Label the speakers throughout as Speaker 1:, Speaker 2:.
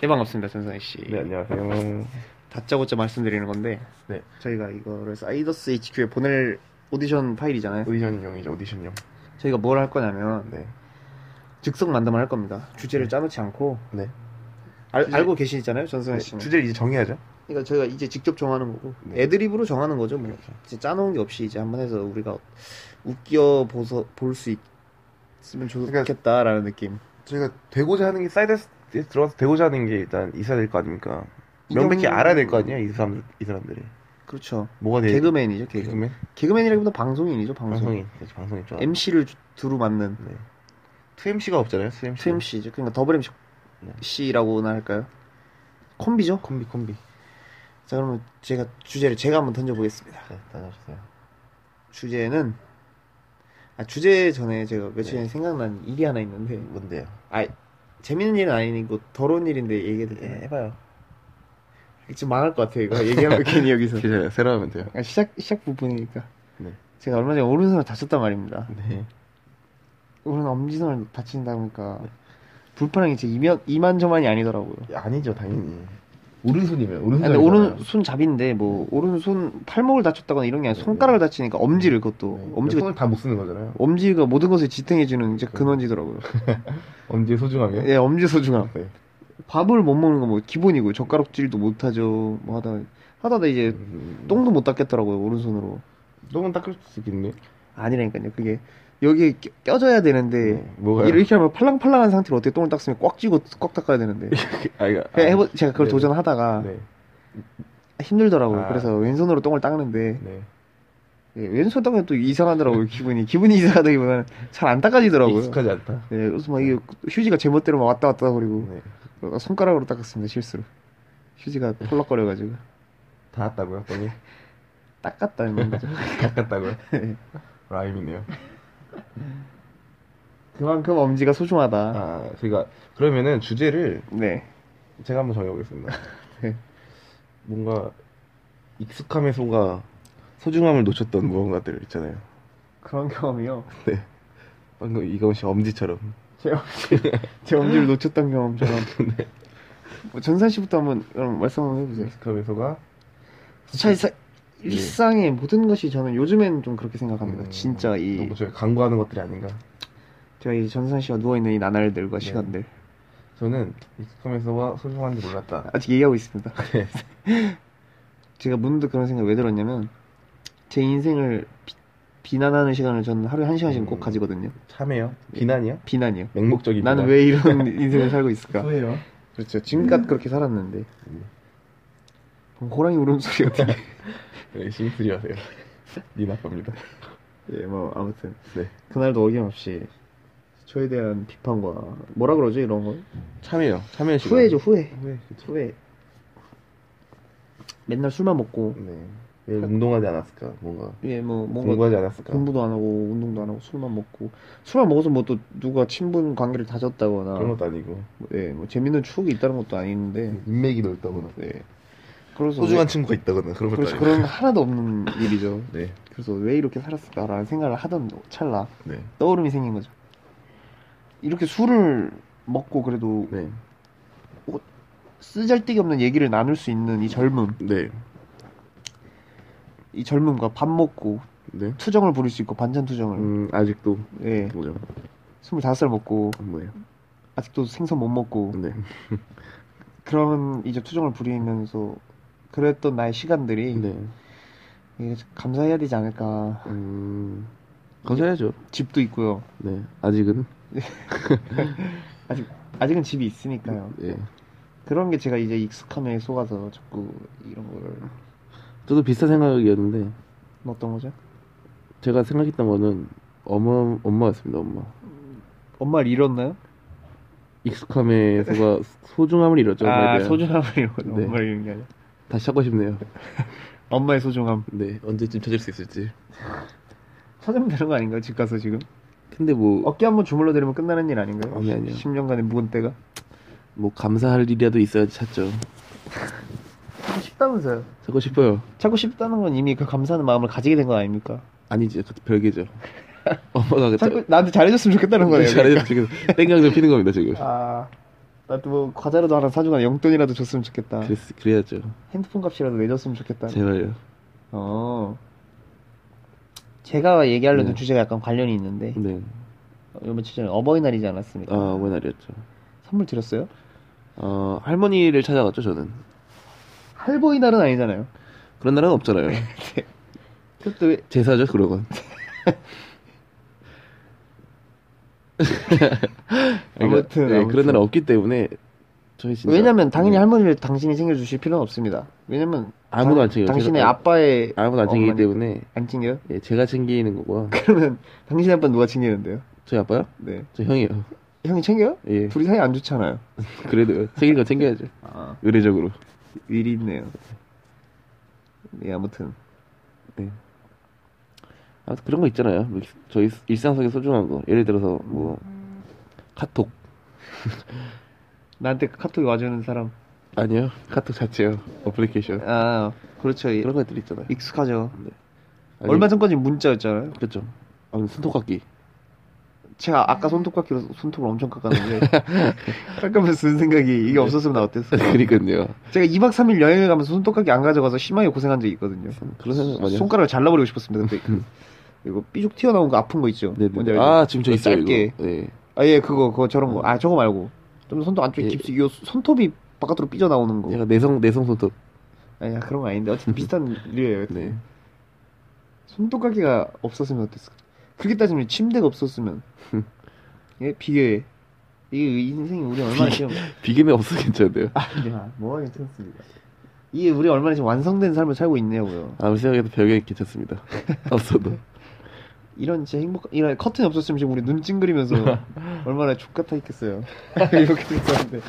Speaker 1: 네 반갑습니다 전선희 씨.
Speaker 2: 네, 안녕하세요.
Speaker 1: 다짜고짜 말씀드리는 건데
Speaker 2: 네.
Speaker 1: 저희가 이거를 사이더스 HQ에 보낼 오디션 파일이잖아요.
Speaker 2: 오디션용이죠, 오디션용.
Speaker 1: 저희가 뭘 할 거냐면
Speaker 2: 네.
Speaker 1: 즉석 만담을 할 겁니다. 주제를 짜놓지 않고
Speaker 2: 네.
Speaker 1: 알,
Speaker 2: 주제- 네,
Speaker 1: 알고 계시잖아요 전선희 씨는.
Speaker 2: 주제를 이제 정해야죠.
Speaker 1: 그러니까 저희가 이제 직접 정하는 거고
Speaker 2: 네. 그렇죠.
Speaker 1: 애드립으로 정하는 거죠. 뭐 이제 짜놓은 게 없이 이제 한번 해서 우리가 웃겨 보서 볼 수 있으면
Speaker 2: 그러니까-
Speaker 1: 좋겠다라는 느낌.
Speaker 2: 저희가 되고자 하는 게 사이드에 들어가서 되고자 하는 게 일단 있어야 될 거 아닙니까? 명백히
Speaker 1: 이경규-
Speaker 2: 알아야 될 거 아니야, 이 사람들, 이 사람들이.
Speaker 1: 그렇죠.
Speaker 2: 뭐가 돼?
Speaker 1: 개그맨이죠 개그.
Speaker 2: 네. 개그맨?
Speaker 1: 개그맨이라기보다 방송인이죠 방송.
Speaker 2: 방송인. 그렇죠, 방송인 좀.
Speaker 1: MC를 두루 맡는.
Speaker 2: 네. 2MC가 없잖아요, 2MC.
Speaker 1: 트임씨죠. 그러니까 더블
Speaker 2: 네.
Speaker 1: MC라고나 할까요? 콤비죠?
Speaker 2: 콤비, 콤비.
Speaker 1: 자, 그러면 제가 주제를 제가 한번 던져보겠습니다.
Speaker 2: 네, 다녀오셨어요.
Speaker 1: 주제는, 아, 주제 전에 제가 며칠 전에 생각난 일이 하나 있는데,
Speaker 2: 뭔데요?
Speaker 1: 아, 재밌는 일은 아니고 더러운 일인데 얘기해도
Speaker 2: 네,
Speaker 1: 되나요?
Speaker 2: 해봐요.
Speaker 1: 지금 망할 것 같아요, 이거. 얘기하면 그 괜히 여기서.
Speaker 2: 기자요, 새로 하면 돼요.
Speaker 1: 네. 아, 시작, 시작 부분이니까.
Speaker 2: 네.
Speaker 1: 제가 얼마 전에 오른손을 다쳤단 말입니다.
Speaker 2: 네.
Speaker 1: 오른 엄지손을 다친다 보니까, 불편한 게 제 이면, 이만저만이 아니더라고요.
Speaker 2: 네. 아니죠, 당연히. 오른손이면, 아,
Speaker 1: 아,
Speaker 2: 네. 오른손.
Speaker 1: 근데 오른손 잡인데 뭐 오른손 팔목을 다쳤다거나 이런 게 아니라
Speaker 2: 네,
Speaker 1: 손가락을 다치니까 엄지를 그것도 엄지가
Speaker 2: 엄지가 다 못 쓰는 거잖아요.
Speaker 1: 엄지가 모든 것을 지탱해주는
Speaker 2: 네.
Speaker 1: 이제 근원지더라고요.
Speaker 2: 엄지의 소중함이요?
Speaker 1: 예, 엄지 소중함.
Speaker 2: 네.
Speaker 1: 밥을 못 먹는 건 뭐 기본이고 젓가락질도 못 하죠. 뭐 하다 하다가 이제
Speaker 2: 음,
Speaker 1: 똥도 못 닦겠더라고요 오른손으로.
Speaker 2: 똥은 닦을 수 있겠네.
Speaker 1: 아니라니까요. 그게 여기 껴- 껴져야
Speaker 2: 네.
Speaker 1: 되는데
Speaker 2: 뭐가요?
Speaker 1: 이렇게 하면 팔랑팔랑한 상태로 어떻게 똥을 닦으면 꽉 쥐고 꽉 닦아야 되는데
Speaker 2: 아, 이거- 아,
Speaker 1: 그냥 해보, 제가 그걸
Speaker 2: 네.
Speaker 1: 도전하다가
Speaker 2: 네.
Speaker 1: 힘들더라고요.
Speaker 2: 아.
Speaker 1: 그래서 왼손으로 똥을 닦는데
Speaker 2: 네.
Speaker 1: 예, 왼손 닦으면 또 이상하더라고요 기분이 기분이 이상하다기보다는 잘 안 닦아지더라고요.
Speaker 2: 익숙하지 않다.
Speaker 1: 예, 그래서 막 이게 휴지가 제멋대로 막 왔다 갔다 그리고
Speaker 2: 네.
Speaker 1: 손가락으로 닦았습니다 실수로 휴지가 펄럭거려가지고
Speaker 2: 닿았다고요, 똥이?
Speaker 1: 닦았다는 거죠.
Speaker 2: 닦았다고요?
Speaker 1: 네.
Speaker 2: 라임이네요.
Speaker 1: 그만큼 엄지가 소중하다.
Speaker 2: 아, 저희가 그러면은 주제를
Speaker 1: 네,
Speaker 2: 제가 한번 정해보겠습니다.
Speaker 1: 네.
Speaker 2: 뭔가 익숙함에 속아 소중함을 놓쳤던 무언가들 있잖아요.
Speaker 1: 그런 경험이요.
Speaker 2: 방금 이건 씨 엄지처럼.
Speaker 1: 제 엄지, 제 엄지를 놓쳤던 경험처럼.
Speaker 2: 네.
Speaker 1: 뭐 전산 씨부터 한번 그럼 말씀 한번 해보세요.
Speaker 2: 익숙함에 속아
Speaker 1: 차 일상의 모든 것이 저는 요즘엔 좀 그렇게 생각합니다.
Speaker 2: 네. 음,
Speaker 1: 진짜 이
Speaker 2: 너무 저희 강구하는 것들이 아닌가.
Speaker 1: 제가 이 전산 씨가 누워 있는 이 나날들과
Speaker 2: 네.
Speaker 1: 시간들
Speaker 2: 저는 익숙함에 속아 소중한지 몰랐다.
Speaker 1: 아직 얘기하고 있습니다.
Speaker 2: 네.
Speaker 1: 제가 문득 그런 생각 왜 들었냐면 제 인생을 비, 난하는 시간을 저는 하루에 한 시간씩 꼭
Speaker 2: 음.
Speaker 1: 가지거든요.
Speaker 2: 참해요? 비난이요?
Speaker 1: 네, 비난이요.
Speaker 2: 예. 맹목적인
Speaker 1: 나는 왜 이런 인생을 살고 있을까?
Speaker 2: 소예요?
Speaker 1: 그렇죠. 지금까지 그렇게 살았는데
Speaker 2: 음.
Speaker 1: 그럼 호랑이 울음소리 어떻게?
Speaker 2: 네, 심술이 하세요. 니 네, 나쁩니다.
Speaker 1: 예, 뭐 아무튼
Speaker 2: 네.
Speaker 1: 그날도 어김없이 저에 대한 비판과 뭐라 그러죠 이런 거?
Speaker 2: 참여요. 참여 시간.
Speaker 1: 네,
Speaker 2: 네,
Speaker 1: 후회죠 후회.
Speaker 2: 후회.
Speaker 1: 후회. 맨날 술만 먹고
Speaker 2: 네. 왜 운동하지 않았을까? 뭔가.
Speaker 1: 예, 뭐 뭔가
Speaker 2: 공부하지 않았을까?
Speaker 1: 공부도 안 하고 운동도 안 하고 술만 먹고 술만 먹어서 뭐 또 누가 친분 관계를 다졌다거나
Speaker 2: 그런 것도 아니고.
Speaker 1: 뭐, 예, 뭐 재밌는 추억이 있다는 것도 아닌데
Speaker 2: 인맥이 넓다거나.
Speaker 1: 네. 그래서
Speaker 2: 소중한
Speaker 1: 왜-
Speaker 2: 친구가 있다거나. 그런 것도
Speaker 1: 그렇죠
Speaker 2: 아니고.
Speaker 1: 그런 거 하나도 없는 일이죠
Speaker 2: 네.
Speaker 1: 그래서 왜 이렇게 살았을까라는 생각을 하던 찰나
Speaker 2: 네.
Speaker 1: 떠오름이 생긴 거죠 이렇게 술을 먹고 그래도
Speaker 2: 네.
Speaker 1: 쓰잘데기 없는 얘기를 나눌 수 있는 이 젊음
Speaker 2: 네.
Speaker 1: 이 젊음과 밥 먹고
Speaker 2: 네.
Speaker 1: 투정을 부릴 수 있고 반찬 투정을
Speaker 2: 음, 아직도.
Speaker 1: 예
Speaker 2: 뭐죠?
Speaker 1: 25살 먹고
Speaker 2: 뭐예요?
Speaker 1: 아직도 생선 못 먹고
Speaker 2: 네.
Speaker 1: 그런 이제 투정을 부리면서 그랬던 나의 시간들이
Speaker 2: 네.
Speaker 1: 이게 감사해야 되지 않을까.
Speaker 2: 음. 건설해야죠.
Speaker 1: 집도 있고요.
Speaker 2: 네. 아직은.
Speaker 1: 아직은 집이 있으니까요.
Speaker 2: 예.
Speaker 1: 그런 게 제가 이제 익숙함에 속아서 자꾸 이런 걸
Speaker 2: 저도 비슷한 생각이었는데,
Speaker 1: 어떤 거죠?
Speaker 2: 제가 생각했던 거는, 엄마, 엄마였습니다, 엄마.
Speaker 1: 엄마를 잃었나요?
Speaker 2: 익숙함에 속아 소중함을 잃었죠.
Speaker 1: 아
Speaker 2: 엄마에 대한.
Speaker 1: 소중함을 잃었나요?
Speaker 2: 네.
Speaker 1: 엄마를 잃은 게 아니라
Speaker 2: 다시 찾고 싶네요.
Speaker 1: 엄마의 소중함
Speaker 2: 네, 언제쯤 찾을 수 있을지.
Speaker 1: 찾으면 되는 거 아닌가요? 집 가서 지금
Speaker 2: 근데 뭐,
Speaker 1: 어깨 한번 주물러 드리면 끝나는 일 아닌가요?
Speaker 2: 아니, 아니요.
Speaker 1: 10년간의 묵은 때가
Speaker 2: 뭐 감사할 일이라도 있어야지 찾죠.
Speaker 1: 찾고 싶다면서요?
Speaker 2: 찾고 싶어요.
Speaker 1: 찾고 싶다는 건 이미 그 감사하는 마음을 가지게 된 건 아닙니까?
Speaker 2: 아니지, 그 별개죠. 엄마가 네, 그러니까.
Speaker 1: 찾고, 나한테 잘해줬으면 좋겠다는 거예요. 그러니까.
Speaker 2: 잘해서 지금 땡강 좀 피는 겁니다 지금.
Speaker 1: 아, 나도 뭐 과자라도 하나 사주거나 용돈이라도 줬으면 좋겠다.
Speaker 2: 그랬, 그래야죠.
Speaker 1: 핸드폰 값이라도 내줬으면
Speaker 2: 아.
Speaker 1: 좋겠다.
Speaker 2: 제발요.
Speaker 1: 어. 제가 얘기하려던
Speaker 2: 네.
Speaker 1: 주제가 약간 관련이 있는데
Speaker 2: 네.
Speaker 1: 어, 이번 주제는 어버이날이지 않았습니까?
Speaker 2: 아, 어버이날이었죠.
Speaker 1: 선물 드렸어요?
Speaker 2: 어, 할머니를 찾아갔죠, 저는.
Speaker 1: 할보이날은 아니잖아요.
Speaker 2: 그런 날은 없잖아요.
Speaker 1: 그것도 왜-
Speaker 2: 제사죠, 그런 건. 그러니까,
Speaker 1: 아무튼,
Speaker 2: 네,
Speaker 1: 아무튼.
Speaker 2: 그런 날은 없기 때문에 저희 진짜
Speaker 1: 왜냐면 당연히
Speaker 2: 네,
Speaker 1: 할머니를 당신이 챙겨주실 필요는 없습니다. 왜냐면
Speaker 2: 아무도
Speaker 1: 당-
Speaker 2: 안 챙겨요.
Speaker 1: 당신의
Speaker 2: 제가-
Speaker 1: 아빠의
Speaker 2: 아무도 안 챙기기
Speaker 1: 어머니.
Speaker 2: 때문에
Speaker 1: 안 챙겨요?
Speaker 2: 예, 제가 챙기는 거고요. 뭐.
Speaker 1: 그러면 당신 아빠 는 누가 챙기는데요?
Speaker 2: 저희 아빠요?
Speaker 1: 네.
Speaker 2: 저 형이요.
Speaker 1: 형이 챙겨요?
Speaker 2: 예.
Speaker 1: 둘이 사이 안 좋잖아요.
Speaker 2: 그래도 챙길 거 챙겨야죠.
Speaker 1: 아,
Speaker 2: 의례적으로.
Speaker 1: 일이 있네요. 네, 아무튼
Speaker 2: 네. 아무튼 그런 거 있잖아요. 뭐 일- 저희 일상 속의 소중한 거. 예를 들어서 뭐 카톡
Speaker 1: 나한테 카톡이 와주는 사람.
Speaker 2: 아니요. 카톡 자체요. 어플리케이션.
Speaker 1: 아, 그렇죠. 이-
Speaker 2: 이런 것들 있잖아요.
Speaker 1: 익숙하죠.
Speaker 2: 아니,
Speaker 1: 얼마 전까지 문자였잖아요.
Speaker 2: 그렇죠. 아, 손톱깎이.
Speaker 1: 제가 아까 손톱 깎기로 손톱을 엄청 깎았는데 깎으면서 쓴 생각이 이게 없었으면 나 어땠어?
Speaker 2: 그러니까요.
Speaker 1: 제가 2박 3일 여행을 가면서 손톱 깎기 안 가져가서 심하게 고생한 적이 있거든요.
Speaker 2: 그런 생각 많이 하죠.
Speaker 1: 손가락을 잘라버리고 싶었습니다. 근데 그- 이거 삐죽 튀어나온 거 아픈 거 있죠?
Speaker 2: 네,
Speaker 1: 뭔지
Speaker 2: 네.
Speaker 1: 알죠?
Speaker 2: 아, 지금 저
Speaker 1: 그
Speaker 2: 있어요,
Speaker 1: 짧게.
Speaker 2: 이거. 네.
Speaker 1: 아, 예, 그거, 그거 저런 거. 아, 저거 말고. 좀 손톱 안쪽에
Speaker 2: 예.
Speaker 1: 깊숙이, 요 손톱이 바깥으로 삐져나오는 거.
Speaker 2: 얘가 내성 내성 손톱.
Speaker 1: 아니야, 그런 거 아닌데. 어쨌든 비슷한 류예요.
Speaker 2: 네.
Speaker 1: 손톱 가기가 없었으면 어땠을까? 그렇게 따지면 침대가 없었으면. 예, 비교해. 이게 인생이 우리 얼마나 지금.
Speaker 2: 비계면 없어 괜찮은데요.
Speaker 1: 야, 뭐가 괜찮습니다. 이게 우리 얼마나 지금 완성된 삶을 살고 있냐고요.
Speaker 2: 아무리 생각해도 별게 괜찮습니다. 없어도.
Speaker 1: 이런 진짜 행복, 이런 커튼이 없었으면 지금 우리 눈 찡그리면서 얼마나 족같아 있겠어요. 이렇게 됐었는데.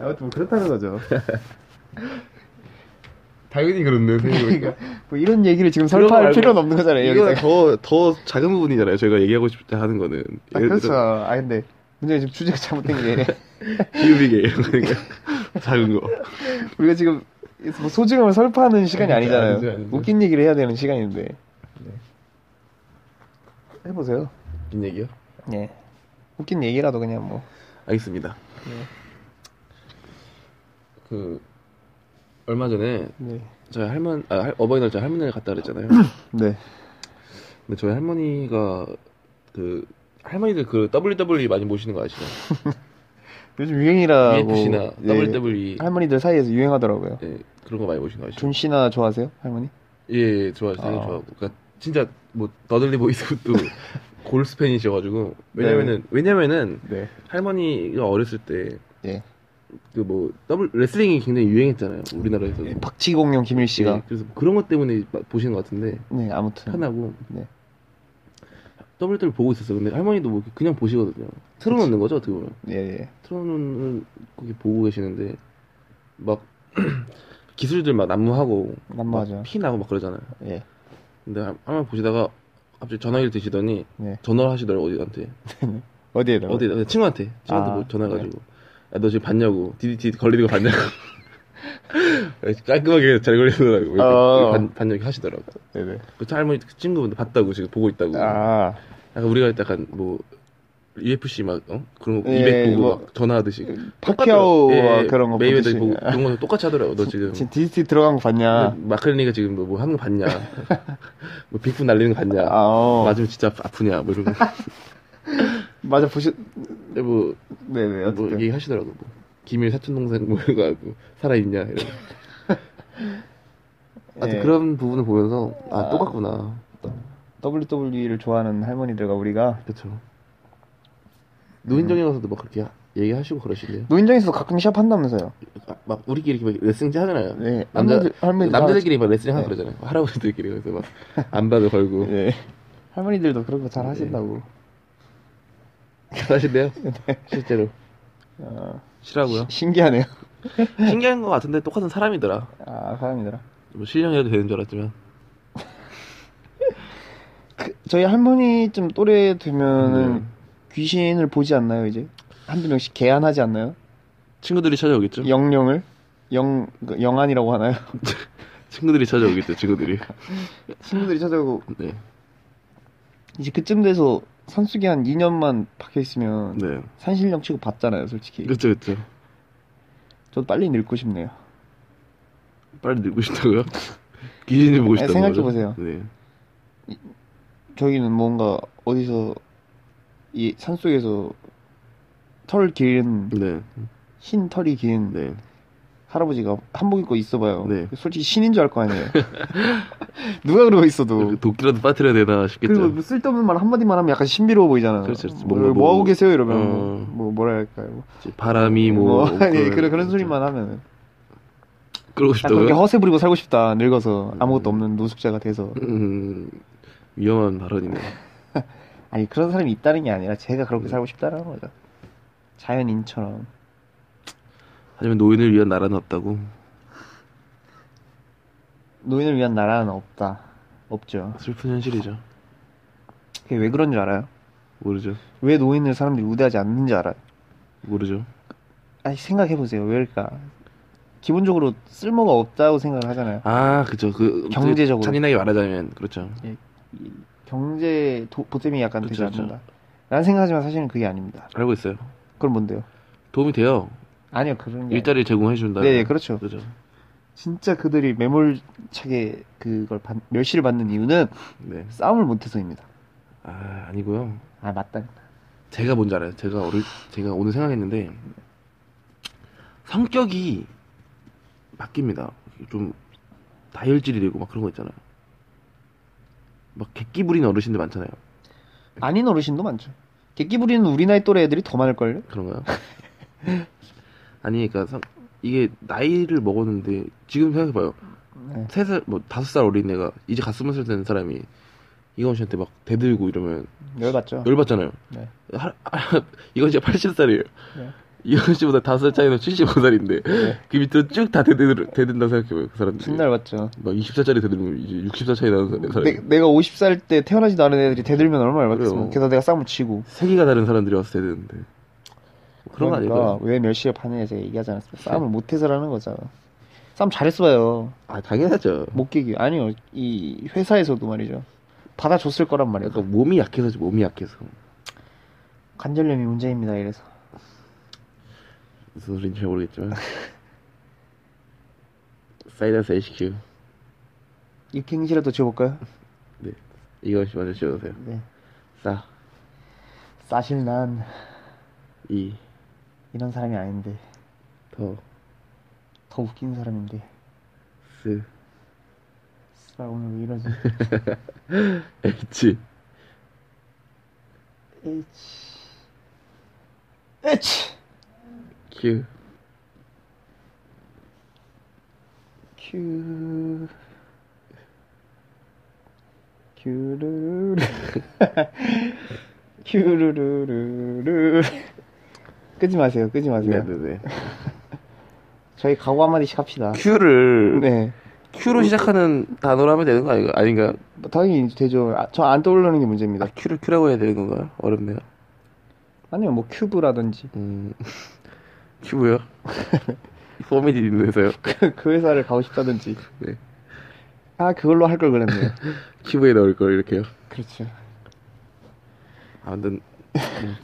Speaker 1: 아무튼 뭐 그렇다는 거죠.
Speaker 2: 당연히 그렇네요.
Speaker 1: 그러니까 뭐 이런 얘기를 지금
Speaker 2: 그런 거
Speaker 1: 설파할
Speaker 2: 말고
Speaker 1: 필요는 없는 거잖아요.
Speaker 2: 이거
Speaker 1: 여기다가.
Speaker 2: 더, 더 작은 부분이잖아요. 저희가 얘기하고 싶다 하는 거는.
Speaker 1: 아, 그렇죠. 아 근데 문제가 지금 주제가 잘못된 게
Speaker 2: 비유비계. 그러니까 작은 거.
Speaker 1: 우리가 지금 뭐 소중함을 설파하는 시간이
Speaker 2: 아니죠,
Speaker 1: 아니잖아요.
Speaker 2: 아니죠, 아니죠.
Speaker 1: 웃긴 얘기를 해야 되는 시간인데. 네. 해보세요.
Speaker 2: 무슨 얘기요?
Speaker 1: 네. 웃긴 얘기라도 그냥 뭐.
Speaker 2: 알겠습니다. 그 얼마 전에
Speaker 1: 네.
Speaker 2: 저희 할머니 아, 할- 어버이날 저희 할머니를 갔다 그랬잖아요.
Speaker 1: 네.
Speaker 2: 근데 저희 할머니가 그 할머니들 그 WWE 많이 모시는 거 아시죠?
Speaker 1: 요즘 유행이라고.
Speaker 2: UFC나 E.
Speaker 1: 예.
Speaker 2: WWE
Speaker 1: 할머니들 사이에서 유행하더라고요.
Speaker 2: 예, 그런 거 많이 모시는 거 아시죠?
Speaker 1: 존 씨나 좋아하세요, 할머니?
Speaker 2: 예, 예 좋아하죠. 되게
Speaker 1: 아.
Speaker 2: 좋아하고. 그러니까 진짜 뭐 더들리 보이스도 골스 팬이셔가지고 왜냐면은 왜냐면은
Speaker 1: 네.
Speaker 2: 할머니가 어렸을
Speaker 1: 예.
Speaker 2: 때 그 뭐 더블 레슬링이 굉장히 유행했잖아요 우리나라에서
Speaker 1: 네, 박치공룡 김일 씨가.
Speaker 2: 예, 그래서 그런 것 때문에 마- 보시는 것 같은데
Speaker 1: 네, 아무튼.
Speaker 2: 편하고
Speaker 1: 네.
Speaker 2: 더블 더블 보고 있었어 요 근데 할머니도 뭐 이렇게 그냥 보시거든요 틀어놓는 거죠 어떻게 보면
Speaker 1: 예, 예.
Speaker 2: 틀어놓는 거기 보고 계시는데 막 기술들 막 난무하고
Speaker 1: 난무하죠.
Speaker 2: 피 나고 막 그러잖아요
Speaker 1: 예.
Speaker 2: 근데 한- 한번 보시다가 갑자기 전화기를 드시더니
Speaker 1: 네.
Speaker 2: 전화를 하시더라고 어디한테
Speaker 1: 어디에다가?
Speaker 2: 어디 네, 친구한테 친구한테
Speaker 1: 네. 아, 네.
Speaker 2: 뭐 전화해가지고 야, 너 지금 봤냐고 DDT 걸리는 거 봤냐고 깔끔하게 잘 걸리더라고
Speaker 1: 어.
Speaker 2: 봤, 봤냐고 하시더라고
Speaker 1: 네네.
Speaker 2: 그 할머니 그 친구분도 봤다고 지금 보고 있다고
Speaker 1: 아.
Speaker 2: 약간 우리가 약간 뭐 UFC 막 어? 그런 거
Speaker 1: 예,
Speaker 2: 200 보고
Speaker 1: 뭐,
Speaker 2: 막 전화하듯이
Speaker 1: 파키아오와
Speaker 2: 똑같더라고. 예,
Speaker 1: 그런 거
Speaker 2: 메이웨더
Speaker 1: 보듯이.
Speaker 2: 보고 그런 거 똑같이 하더라고 너 지금 아.
Speaker 1: 지금 DST 들어간 거
Speaker 2: 네.
Speaker 1: 봤냐?
Speaker 2: 마클리가 지금 뭐, 뭐 하는 거 봤냐 뭐 빅풋 날리는 거 봤냐
Speaker 1: 아, 어.
Speaker 2: 맞으면 진짜 아프냐 뭐 이런 거
Speaker 1: 맞아 보시
Speaker 2: 근데 뭐
Speaker 1: 네네
Speaker 2: 뭐
Speaker 1: 어쨌든
Speaker 2: 얘기하시더라고 뭐. 김일 사촌 동생 뭐 이거 하고 살아있냐 이런 아무튼
Speaker 1: 예.
Speaker 2: 그런 부분을 보면서 아 똑같구나
Speaker 1: WWE를 좋아하는 할머니들과 우리가
Speaker 2: 그렇죠 노인정에 가서도 막 그렇게 하- 얘기하시고 그러시네요
Speaker 1: 노인정에서도 가끔 시합 한다면서요?
Speaker 2: 아, 막 우리끼리 이렇게 막 레슨지 하잖아요
Speaker 1: 네
Speaker 2: 남자
Speaker 1: 할머니들 할머니들
Speaker 2: 남자들끼리 막 레슨 하고
Speaker 1: 네.
Speaker 2: 그러잖아요 할아버지들끼리 그래서 막 안바도 걸고
Speaker 1: 네 할머니들도 그런 거 잘 하신다고
Speaker 2: 잘하신대요
Speaker 1: 네.
Speaker 2: 실제로
Speaker 1: 아,
Speaker 2: 싫어하고요
Speaker 1: 신기하네요
Speaker 2: 신기한 것 같은데 똑같은 사람이더라
Speaker 1: 아 사람이더라
Speaker 2: 뭐 실력이라도 되는 줄 알았지만
Speaker 1: 그, 저희 할머니쯤 또래 되면은
Speaker 2: 네.
Speaker 1: 귀신을 보지 않나요 이제? 한두 명씩 개안하지 않나요?
Speaker 2: 친구들이 찾아오겠죠
Speaker 1: 영령을? 영, 그 영안이라고 하나요?
Speaker 2: 친구들이 찾아오겠죠 친구들이
Speaker 1: 친구들이 찾아오고
Speaker 2: 네
Speaker 1: 이제 그쯤 돼서 산속에 한 2년만 박혀있으면
Speaker 2: 네.
Speaker 1: 산신령 치고 봤잖아요 솔직히
Speaker 2: 그쵸 그쵸
Speaker 1: 저도 빨리 늙고 싶네요.
Speaker 2: 빨리 늙고 싶다고요? 기진이 보고
Speaker 1: 아니,
Speaker 2: 싶다고
Speaker 1: 생각해보세요.
Speaker 2: 네.
Speaker 1: 저기는 뭔가 어디서 이 산속에서 털 긴
Speaker 2: 네.
Speaker 1: 흰 털이 긴
Speaker 2: 네.
Speaker 1: 할아버지가 한복 입고 있어봐요.
Speaker 2: 네.
Speaker 1: 솔직히 신인 줄 알 거 아니에요. 누가 그러고 있어도.
Speaker 2: 도끼라도 빠뜨려야 되나 싶겠죠.
Speaker 1: 그리고 뭐 쓸데없는 말 한마디만 하면 약간 신비로워 보이잖아.
Speaker 2: 그렇죠, 그렇죠.
Speaker 1: 뭐,
Speaker 2: 뭔가
Speaker 1: 뭐 하고
Speaker 2: 뭐-
Speaker 1: 계세요? 이러면
Speaker 2: 어.
Speaker 1: 뭐 뭐라 할까요?
Speaker 2: 이제 바람이
Speaker 1: 뭐,
Speaker 2: 뭐,
Speaker 1: 아니,
Speaker 2: 그런-
Speaker 1: 그런 그런 소리만 하면 딱
Speaker 2: 그러고
Speaker 1: 그렇게
Speaker 2: 싶다고요?
Speaker 1: 허세 부리고 살고 싶다. 늙어서
Speaker 2: 네.
Speaker 1: 아무것도 없는 노숙자가 돼서.
Speaker 2: 음, 위험한 발언이네.
Speaker 1: 아니 그런 사람이 있다는 게 아니라 제가
Speaker 2: 네.
Speaker 1: 그렇게 살고 싶다라는 거죠. 자연인처럼.
Speaker 2: 하지만 노인을 위한 나라는 없다고.
Speaker 1: 노인을 위한 나라는 없다. 없죠.
Speaker 2: 슬픈 현실이죠.
Speaker 1: 그게 왜 그런 줄 알아요?
Speaker 2: 모르죠.
Speaker 1: 왜 노인을 사람들이 우대하지 않는지 알아요?
Speaker 2: 모르죠.
Speaker 1: 아니 생각해보세요. 왜일까? 기본적으로 쓸모가 없다고 생각을 하잖아요.
Speaker 2: 아, 그쵸. 그,
Speaker 1: 경제적으로.
Speaker 2: 잔인하게 말하자면, 그렇죠.
Speaker 1: 이 경제 도, 보탬이 약간 되지
Speaker 2: 그렇죠,
Speaker 1: 않는다. 라는 생각하지만 사실은 그게 아닙니다.
Speaker 2: 알고 있어요.
Speaker 1: 그건 뭔데요?
Speaker 2: 도움이 돼요.
Speaker 1: 아니요 그런 게
Speaker 2: 일자리를 제공해준다.
Speaker 1: 아니- 네, 네 그렇죠.
Speaker 2: 그죠.
Speaker 1: 진짜 그들이 매몰차게 그걸 받- 멸시를 받는 이유는
Speaker 2: 네.
Speaker 1: 싸움을 못해서입니다.
Speaker 2: 아, 아니고요.
Speaker 1: 아 맞다.
Speaker 2: 제가 뭔지 알아요. 제가 어릴 제가 오늘 생각했는데 성격이 바뀝니다. 좀 다혈질이 되고 막 그런 거 있잖아요. 막 객기 부리는 어르신들 많잖아요.
Speaker 1: 아닌 어르신도 많죠. 객기 부리는 우리 나이 또래 애들이 더 많을걸요?
Speaker 2: 그런가요? 아니 그러니까 성- 이게 나이를 먹었는데 지금 생각해봐요.
Speaker 1: 네.
Speaker 2: 세 살 뭐 다섯 살 어린 애가 이제 갓 스무 살 되는 사람이 이건 씨한테 막 대들고 이러면
Speaker 1: 열받죠.
Speaker 2: 열받잖아요.
Speaker 1: 네.
Speaker 2: 하, 하, 이건 씨가 80살이에요.
Speaker 1: 네.
Speaker 2: 이건 씨보다 5살 차이는 75살인데
Speaker 1: 네.
Speaker 2: 그 밑으로 쭉 다 대들, 대든다 생각해봐요. 네. 그 사람들이.
Speaker 1: 존나 열받죠.
Speaker 2: 막 20살짜리 대들면 이제 60살 차이 나는 사- 사람이.
Speaker 1: 내, 내가 50살 때 태어나지도 않은 애들이 대들면 얼마나 열받겠습니까?
Speaker 2: 그래요.
Speaker 1: 게다가 내가 싸움을 치고.
Speaker 2: 세기가 다른 사람들이 와서 대드는데. 그런
Speaker 1: 그러니까
Speaker 2: 거 아닐까요? 네.
Speaker 1: 왜 멸시를 받느냐 제가 얘기하지 않았습니까? 싸움을 못해서라는 거죠. 싸움 잘했어요.
Speaker 2: 아, 당연하죠.
Speaker 1: 못 깨기. 아니요. 이 회사에서도 말이죠. 받아줬을 거란 말이에요.
Speaker 2: 약간 몸이 약해서지, 몸이 약해서.
Speaker 1: 관절염이 문제입니다. 이래서.
Speaker 2: 무슨 소리인지 잘 모르겠지만. 사이다스 HQ.
Speaker 1: 이렇게 행시라도 지어볼까요?
Speaker 2: 네. 이건 씨 먼저 씌워주세요.
Speaker 1: 네.
Speaker 2: 싸,
Speaker 1: 사실 난
Speaker 2: 이,
Speaker 1: 이런 사람이 아닌데.
Speaker 2: 더,
Speaker 1: 더 웃긴 사람인데.
Speaker 2: 스,
Speaker 1: 씨발 오늘 왜 이러지?
Speaker 2: H.
Speaker 1: H. H.
Speaker 2: Q.
Speaker 1: 큐. 큐루루루. 큐루루루루. 끄지 마세요. 끄지 마세요.
Speaker 2: 네네네.
Speaker 1: 저희 각오 한마디씩 합시다.
Speaker 2: 아, Q를
Speaker 1: 네.
Speaker 2: Q로 시작하는 단어로 하면 되는 거 아닌가? 아닌가?
Speaker 1: 뭐 당연히 되죠. 저 안 떠오르는 게 문제입니다.
Speaker 2: 아, Q를 Q라고 해야 되는 건가요? 어렵네요.
Speaker 1: 아니면 뭐 큐브라든지
Speaker 2: 음, 큐브요? 포미디 있는데서요?
Speaker 1: 그, 그 회사를 가고 싶다든지.
Speaker 2: 네.
Speaker 1: 아 그걸로 할 걸 그랬네요.
Speaker 2: 큐브에 넣을 걸 이렇게요.
Speaker 1: 그렇죠.
Speaker 2: 아무튼 음,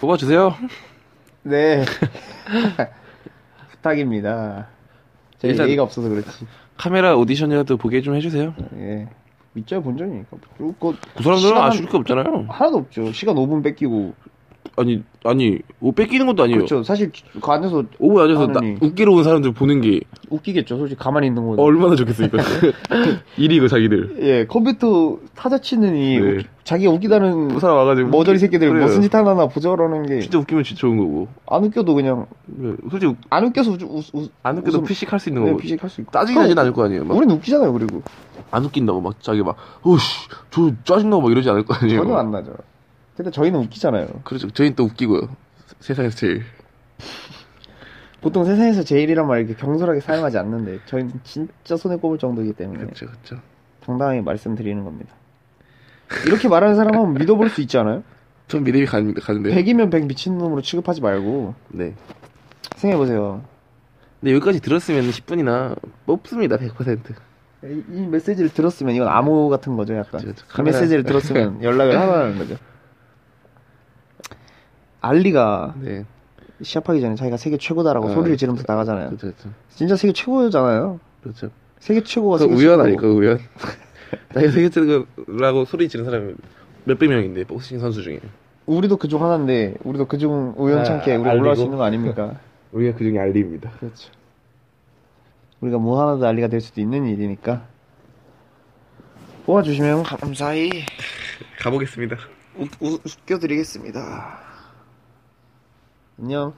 Speaker 2: 뽑아주세요.
Speaker 1: 네. 부탁입니다. 제
Speaker 2: 일단-
Speaker 1: 예의가 없어서 그렇지.
Speaker 2: 카메라 오디션이라도 보게 좀 해주세요.
Speaker 1: 예. 밑자 본전이니까. 그거
Speaker 2: 그 사람들은
Speaker 1: 시간-
Speaker 2: 아실 게 없잖아요.
Speaker 1: 하나도 없죠. 시간 5분 뺏기고.
Speaker 2: 아니 아니 옷 뺏기는 것도 아니에요.
Speaker 1: 그렇죠. 사실 그 안에서
Speaker 2: 오후 앉아서 나,
Speaker 1: 하느니.
Speaker 2: 웃기러 온 사람들 보는 게
Speaker 1: 웃기겠죠. 솔직히 가만히 있는 건.
Speaker 2: 얼마나 좋겠습니까? 일이고 자기들.
Speaker 1: 예, 컴퓨터 타자치는 이
Speaker 2: 네.
Speaker 1: 웃기- 자기가 웃기다는
Speaker 2: 그 사람 와가지고
Speaker 1: 머저리
Speaker 2: 웃기-
Speaker 1: 새끼들
Speaker 2: 그래요.
Speaker 1: 무슨 짓 하나 보자라는 게 안
Speaker 2: 진짜 웃기면 진짜 좋은 거고.
Speaker 1: 웃겨도 그냥
Speaker 2: 네, 솔직히 웃-
Speaker 1: 안 웃겨서 웃, 웃, 웃,
Speaker 2: 안 웃겨도
Speaker 1: 웃음-
Speaker 2: 피식 어. 할 수 있는
Speaker 1: 네,
Speaker 2: 거고.
Speaker 1: 피식 할수 있고.
Speaker 2: 짜증이 나진 않을 거 아니에요. 막
Speaker 1: 우린 웃기잖아요, 그리고.
Speaker 2: 안 웃긴다고 막 자기 막 오씨 저 짜증나고 막 이러지 않을 거 아니에요.
Speaker 1: 전혀 안 나죠. 근데 저희는 웃기잖아요.
Speaker 2: 그렇죠. 저희는 또 웃기고요. 세- 세상에서 제일.
Speaker 1: 보통 세상에서 제일이란 말 이렇게 경솔하게 사용하지 않는데 저희는 진짜 손에 꼽을 정도이기 때문에
Speaker 2: 그렇죠, 그렇죠.
Speaker 1: 당당하게 말씀드리는 겁니다. 이렇게 말하는 사람은 믿어볼 수 있지 않아요?
Speaker 2: 전 믿음이 가는, 가는데요.
Speaker 1: 100이면 100 미친놈으로 취급하지 말고
Speaker 2: 네.
Speaker 1: 생각해보세요.
Speaker 2: 근데 여기까지 들었으면 10분이나 뽑습니다. 100%.
Speaker 1: 이, 이 메시지를 들었으면 이건 암호 같은 거죠, 약간.
Speaker 2: 그렇죠, 그렇죠.
Speaker 1: 이 메시지를 들었으면 연락을 하라는 거죠. 알리가
Speaker 2: 네.
Speaker 1: 시합하기 전에 자기가 세계 최고다라고
Speaker 2: 아,
Speaker 1: 소리를 지르면서 나가잖아요.
Speaker 2: 그렇죠, 그렇죠.
Speaker 1: 진짜 세계 최고잖아요.
Speaker 2: 그렇죠.
Speaker 1: 세계 최고가
Speaker 2: 그
Speaker 1: 세계
Speaker 2: 우연
Speaker 1: 최고고.
Speaker 2: 아닐까 우연? 자기 세계 최고라고 소리 지르는 사람이 몇백 명인데 복싱 선수 중에
Speaker 1: 우리도 그중 하나인데 우리도 그중 우연찮게
Speaker 3: 아,
Speaker 1: 우리 가
Speaker 3: 알리고.
Speaker 1: 올라갈 수 있는 거 아닙니까?
Speaker 3: 우리가 그중에 알리입니다.
Speaker 1: 그렇죠. 우리가 뭐 하나 도 난리가 될 수도 있는 일이니까 뽑아주시면 감사히
Speaker 3: 가보겠습니다.
Speaker 1: 웃겨드리겠습니다. 안녕.